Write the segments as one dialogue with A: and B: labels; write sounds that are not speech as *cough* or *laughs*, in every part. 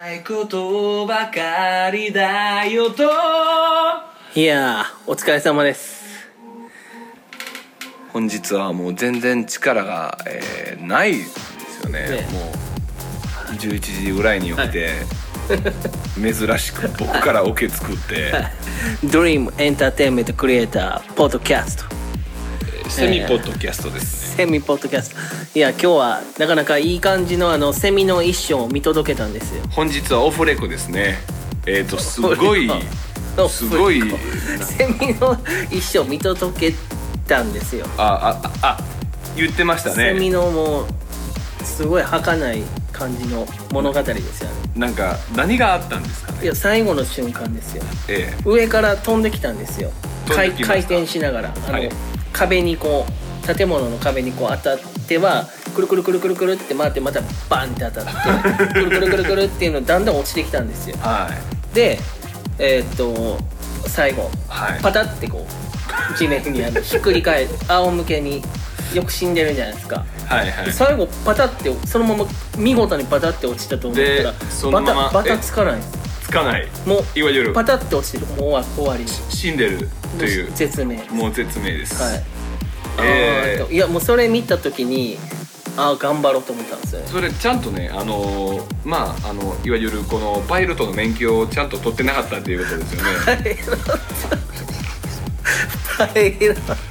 A: ないことばかりだよと
B: いやーお疲れ様です
A: 本日はもう全然力が、えーないですよね
B: ね
A: もう11時ぐらいに起きて、珍しく僕からオケ作って、
B: Dream Entertainment Creator Podcast
A: セミポッドキャストですね、
B: セミポッドキャストいや今日はなかなかいい感じのあのセミの一生を見届けたんですよ
A: 本日はオフレコですねえっ、とすごいすごい
B: セミの一生を見届けたんですよ、
A: ああああ言ってました
B: セミ
A: ね
B: のもうすごい儚い感じの物語ですよね
A: なんか何があったんですか
B: い
A: ね
B: や最後の瞬間ですよ
A: え
B: 上から飛んできたんですよ
A: 飛んで
B: 回
A: きました
B: 回転しながらあの、
A: はい
B: 壁にこう建物の壁にこう当たってはくるくるくるくるくるって回ってまたバンって当た
A: *laughs*
B: ってくるくるくるくるっていうのだんだん落ちてきたんですよ
A: えはい
B: でえーっと最後
A: はい
B: パタってこう地面にあ
A: *laughs*
B: のひっくり返って仰向けによく死んでるじゃないですか
A: はいはい
B: 最後パタってそのまま見事にパタって落ちたと思ったら
A: でそのまま
B: バタバ
A: え
B: タつかないんです
A: つかない
B: も
A: いわゆ
B: う
A: る
B: パタって落ちてるもう終わ終わり
A: 死んでるという
B: 説明です
A: もう絶命です、
B: はい
A: えー
B: あーいやもうそれ見た時にああ頑張ろうと思ったんですよね
A: それちゃんとねあのーまああのいわゆるこのパイロットの免許をちゃんと取ってなかったっていうことですよねえっと
B: *laughs*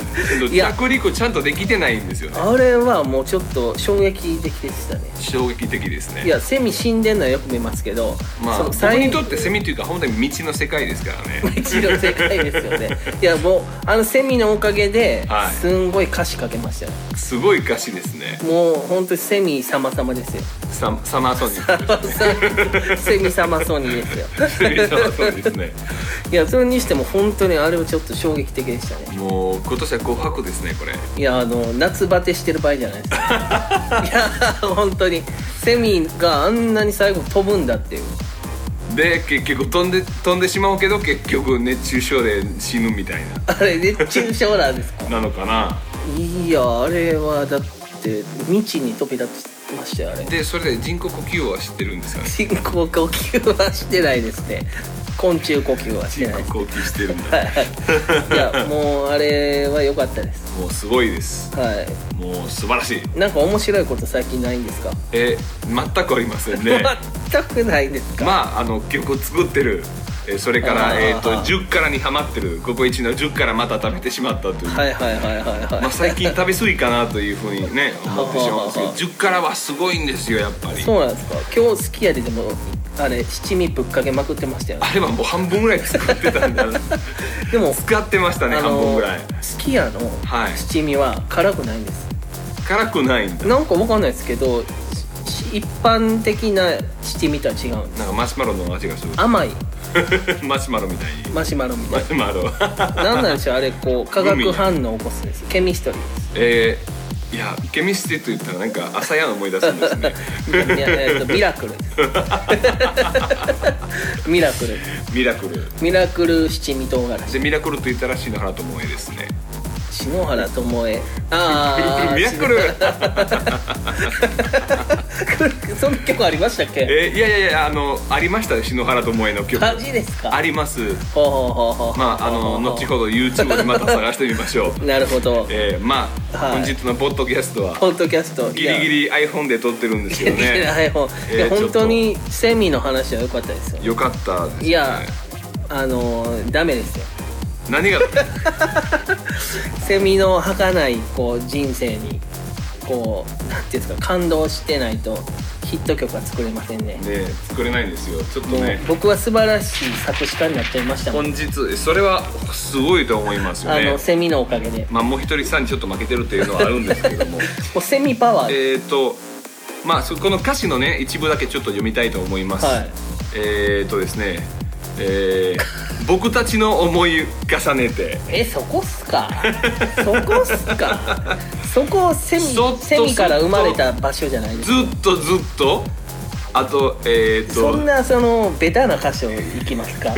B: いや
A: 着陸ちゃんとできてないんですよね
B: あれはもうちょっと衝撃的でしたね
A: 衝撃的ですね
B: いやセミ死んでんのはよく見ますけど、
A: まあ
B: の
A: 僕にとってセミというか本当に未知の世界ですからね
B: *laughs* 一の世界ですよねいやもうあのセミのおかげで
A: はい
B: すんごい歌詞かけましたよ、
A: すごい歌詞ですね
B: もう本当にセミ様々ですよ
A: *laughs* ササマーソニック
B: セミ様ソニーですよ
A: セミサマーソニックですね
B: いやそれにしても本当にあれはちょっと衝撃的でしたね
A: もう今年は5箱ですねこれ
B: いやあの夏バテしてる場合じゃないですいや本当にセミがあんなに最後飛ぶんだっていう
A: で結局飛んで飛んでしまうけど結局熱中症で死ぬみたい
B: あれ熱中症なんですか
A: ななのかない
B: やあれはだって未知に飛び立ってましたよあれ
A: でそれで人工呼吸は知ってるんですよね
B: 人工呼吸はしてないですね昆虫呼吸はして
A: 人
B: ないです
A: 工呼吸してるんだ
B: はいいやもうあれは良かったです
A: もうすごいです
B: は
A: もう素晴らしい
B: いなんか面白いこと最近ないんですか、
A: え全くありません *laughs* ね
B: *laughs* 全くないんですか、
A: まああの曲作ってるえそれか
B: あ
A: ら、
B: ー
A: えー、と10からにハマってるここ1の10からまた食べてしまったという、
B: はいはいはいはいはい、
A: まあ、最近食べ過ぎかなというふうにね思ってしまうんですけど10からはすごいんですよやっぱり
B: そうなんですか今日すき家ででもあれ七味ぶっかけまくってましたよね
A: あれはもう半分ぐらい作ってたんだ
B: でも
A: *laughs* 使ってましたね半分ぐらい
B: すき家の
A: はい
B: 七味は辛くないんです、
A: 辛くないんだ
B: なんかわかんないですけどし一般的な七味とは違うんです
A: なんかマシュマロの味 *laughs* がする
B: 甘い
A: マシュマロみたいに
B: マシュマロみた
A: マ
B: い
A: *laughs* シュマロ
B: ななんなんでしょうあれこう化学反応を起こすんですケミストリー
A: えー、いやケミスティと言ったらなんか朝やん思い出すんですね
B: ですいやえっとミラクルですミラクル
A: ミラクル
B: ミラクル七味唐辛子
A: でミラクルと言ったら篠原智恵ですね
B: 篠原ともえああ
A: *laughs* ミラクル
B: *laughs* そんな曲ありましたっけ
A: えーいやいやいやあのありましたよ篠原智恵の曲
B: マジですか
A: あります
B: ほうほうほうほう
A: まああの後ほど YouTube でまた探してみま
B: *laughs*
A: しょう
B: なるほど
A: えー、まあ、
B: はい
A: 本日のポッドキャストは
B: ポッドキャスト
A: ギリギ
B: リ
A: リ iPhone で撮ってるんです
B: ギリギリ
A: よ
B: *laughs*
A: ね
B: はいほう
A: えー
B: いや
A: ちょっと
B: 本当にセミの話は良かったですよ
A: よかったですね
B: いやあのーダメですよ
A: 何が
B: セミの儚いこう人生にこうなんていうんですか感動してないとヒット曲は作れませんね
A: ね作れないんですよちょっと
B: もう
A: ね
B: 僕は素晴らしい作詞家になっちゃいましたもん、
A: 本日それはすごいと思いますよ
B: あ
A: ね
B: のセミのおかげで
A: まあもう一人さんにちょっと負けてるというのはあるんですけど
B: *laughs*
A: も
B: もうセミパワー
A: えっとまあそこの歌詞のね一部だけちょっと読みたいと思います、
B: はい
A: えっ、ー、とですねえー *laughs* 僕たちの思い重ねて
B: えそこっすかそこっすかそこセミ
A: そっと
B: セミから生まれた場所じゃないです
A: ず
B: か
A: っとずっとあとえっ、ー、
B: そん
A: と
B: なそのベタな箇所いきますか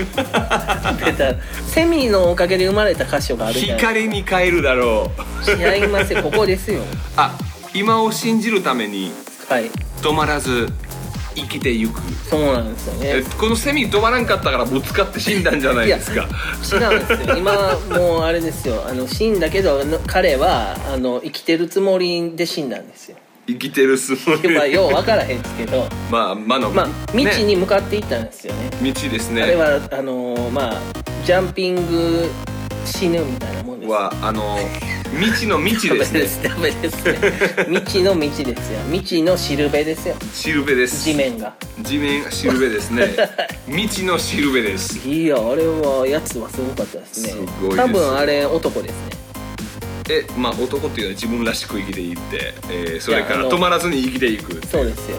B: ベタセミのおかげで生まれた箇所があるじゃない
A: 光に変えるだろう
B: 違いますよここですよ
A: あ今を信じるために
B: はい
A: 止まらず生きてゆく
B: そうなんですよ
A: え
B: ね
A: このセミ飛ばらんかったからぶつかって死んだんじゃないですか
B: 違うんですよ今もうあれですよあの死んだけどあの彼はあの生きてるつもりで死んだんですよ
A: 生きてるつもり
B: まあよう分からへんです
A: *laughs*
B: けど
A: まあまあの、
B: まあ未知
A: ね
B: に向かっていったんですよね
A: 道です
B: あれ
A: ね
B: はあのーまあジャンピング死ぬみたいなもんですよ
A: はあの未知の未
B: *laughs*
A: 知ですね
B: ダメですダメですね未知の道ですよ未知のしるべですよ
A: しるべです
B: 地面が
A: 地面しるべです
B: *laughs*
A: ね未知のしるべです
B: いやあれはやつはすごかったですね
A: すごいです
B: 多分あれ男ですね
A: えまあ男っていうのは自分らしく生きていって、えーそれか
B: いやあ
A: ら
B: の
A: 止まらずに生きていく
B: そうですよ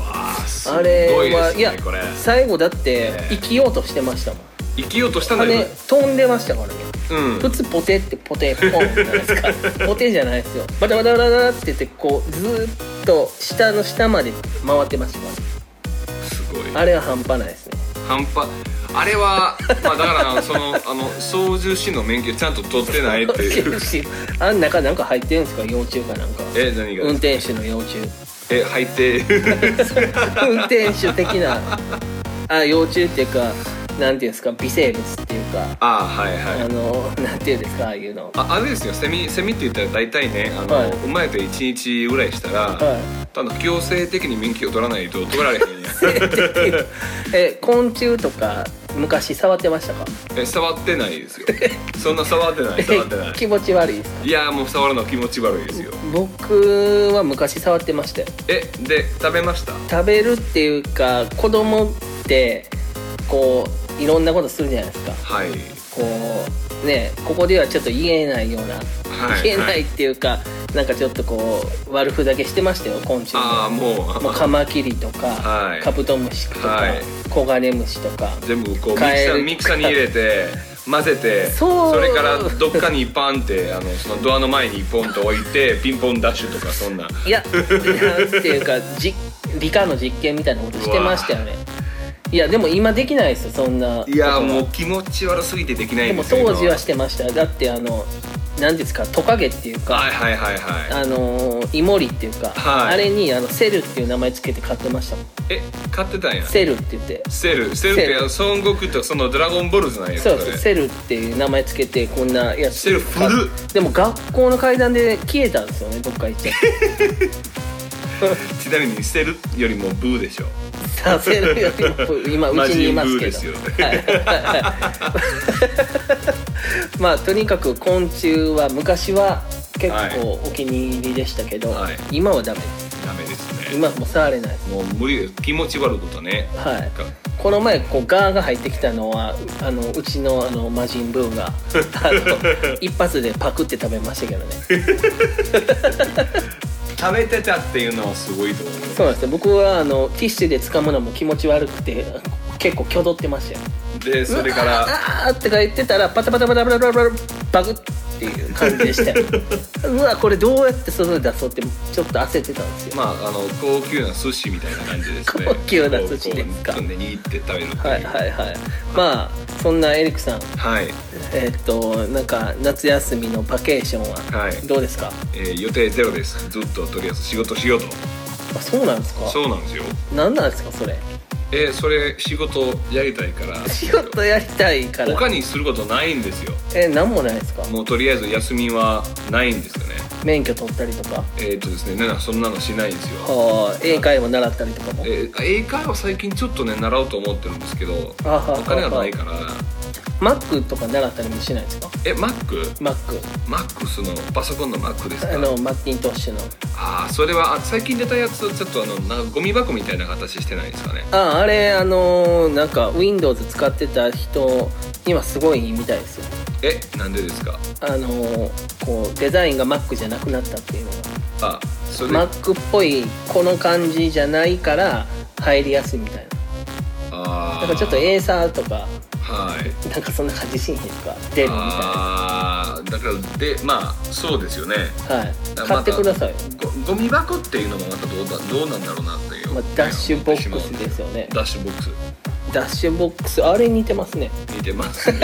A: わあすご
B: あ
A: い
B: れ
A: で
B: は
A: す
B: いや
A: ねこれ
B: 最後だって
A: ええ
B: 生きようとしてましたもん
A: 生きようとしたん
B: あ
A: だけ
B: れ
A: ど
B: 飛んでましたからね
A: うん
B: 普通ポテってポテポンじゃないですかポテじゃないですよバタバタバタバタって言ってこうずーっと下の下まで回ってましたから
A: すごい
B: あれは半端ないですね
A: 半端あれはまあだからそのあの操縦士の免許ちゃんと取ってないっ
B: *laughs*
A: ていう
B: あん中なんか入ってるんですか幼虫かなんか
A: え何が、
B: 運転手の幼虫
A: え入って *laughs*
B: 運転手的なあ幼虫っていうかなんていうんですか微生物っていうか、
A: ああはいはい
B: あのなんていうんですかああいうの
A: ああれですよセミセミって言ったら大体ねあの、
B: はい
A: 生まれて1日ぐらいしたら、
B: は
A: ただ強制的に免許を取らないと取られへ
B: *laughs*
A: んやん
B: いえ昆虫とか昔触ってましたか
A: え触ってないですよそんな触ってない触ってない
B: *laughs* 気持ち悪いです
A: *laughs* いやーもう触るの気持ち悪いですよ
B: 僕は昔触ってましたよ
A: えで食べました
B: 食べるっていうか子供ってこういろんなことするじゃないですか
A: はい
B: こうねここではちょっと言えないような、
A: はい
B: 言え
A: は
B: ない
A: い
B: っていうかなんかちょっとこう悪ふざけしてましたよ昆虫
A: ああもう
B: もうカマキリとか、
A: はい
B: カブトムシとか、
A: はい
B: コガネムシとか
A: 全部こうミキ
B: カエ
A: サ
B: ル
A: ーミキサーに入れて混ぜて
B: そう
A: れからどっかにパンってあのそのドアの前にポンと置いてピンポンダッシュとかそんない
B: やなんていうかじ理科の実験みたいなことしてましたよねいやでも今できないですよそんない
A: いやーもう気持ち悪すぎてできない
B: で
A: んで
B: も
A: すよ
B: 当時は
A: 今
B: してましたよだってあの何ですかトカゲっていうか、
A: はいはいはいはい
B: あのーイモリっていうか、
A: はい
B: あれにあのセルっていう名前つけて買ってましたもん
A: え買ってたんや
B: セルって言って
A: セルセルって
B: セル
A: 孫悟空とそのドラゴンボールズなんや
B: そう
A: れ
B: ですセルっていう名前つけてこんなやつ
A: セル古っ
B: でも学校の階段で消えたんですよねどっか行っちゃって
A: *laughs* ちなみにセルよりもブーでしょ
B: さあセルよりも今うちにいますけ
A: 魔
B: ど
A: 人ブー
B: はい
A: *laughs*
B: まあとにかく昆虫は昔は結構お気に入りでしたけど、
A: はい
B: 今はダメです
A: ダメですね
B: 今はもう触れないです
A: もう無理です気持ち悪いことね
B: はい
A: か
B: この前こうガーが入ってきたのはあのうちのあの魔人ブーがあの一発でパクって食べましたけどね
A: 食べてたっていうのはすごいと思う
B: そうなんですよ僕はあのティッシュで掴むのも気持ち悪くて結構挙動ってましたよ
A: でそれから
B: うわーあーって言ってたらパタパタパタパタパタパタバグっていう感じでしたようわこれどうやって外に出そうってちょっと焦ってたんですよ
A: まああの高級な寿司みたいな感じですね
B: 高級な寿司ですか
A: こうこう握って食べるっていう
B: はいはいはいまあそんなエリックさん
A: はい、
B: えっとなんか夏休みのバケーション
A: は
B: はいどうですか、
A: えー予定ゼロですずっととりあえず仕事しようと
B: あそうなんですか
A: そうなんですよ
B: 何なんですかそれ
A: えーそれ仕事やりたいから
B: 仕事やりたいから
A: 他にすることないんですよ
B: え何もないですか
A: もうとりあえず休みはないんですよね
B: 免許取ったりとか
A: えーっ、とですねなんかそんなのしないんですよ
B: あー英会話習ったりとかも
A: えー英会話最近ちょっとね習おうと思ってるんですけど
B: あはは
A: お金がないから
B: マックとか習ったりもしないですか
A: えマック
B: マック
A: マックスのパソコンのマックですか
B: あのマッキントッシュの
A: ああそれはあ最近出たやつちょっとあのなんかゴミ箱みたいな形してないですかね
B: あああれあのーなんか Windows 使ってた人にはすごいいいみたいですよ
A: えなんでですか
B: あのーこうデザインが Mac じゃなくなったっていうの
A: あそれ、
B: が Mac っぽいこの感じじゃないから入りやすいみたいな
A: あー
B: なんかちょっとエーサーとか
A: はい
B: なんかそんな感じしんへんか出るみたいな
A: ああだからでまあそうですよね
B: はい
A: だ
B: 買ってください、
A: ゴゴミ箱っていうのもまたどうだどうなんだろうなっていう、
B: まあ、ダッシュボック
A: 思っ
B: ス
A: てしまう
B: ですよね
A: ダッシュボックス
B: ダッシュボックスあれ似てますね
A: 似
B: *laughs*
A: てます、ね、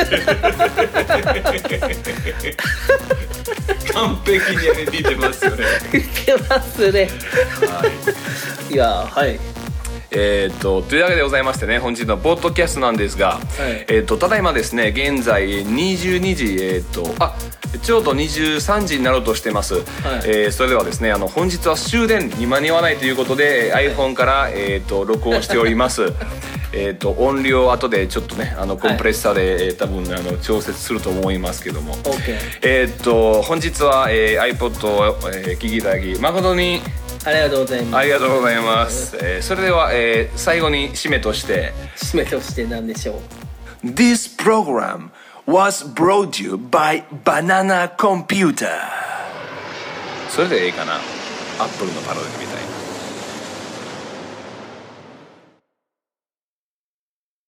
A: 完璧にあれ似てますよね
B: 似てますね
A: はい
B: いやはい
A: ええー、とというわけでございましてね本日のポッドキャストなんですが、
B: い
A: えー、とただいまですね現在22時、えー、とあちょうど23時になろうとしてます、えーそれではですねあの本日は終電に間に合わないということで、iPhone から、えー、と録音しておりますえーと音量後でちょっとねあのコンプレッサーで、えー多分あの調節すると思いますけども
B: OK
A: えーっと本日は、えー iPod を、えー、聞きいただき誠に
B: ありがとうございま
A: あ
B: す
A: りがとうございます、えーそれでは、えー最後に締めとして
B: 締めとしてなんでしょう
A: This program was brought to you by Banana Computer それでいいかなアップルのパロディみたいな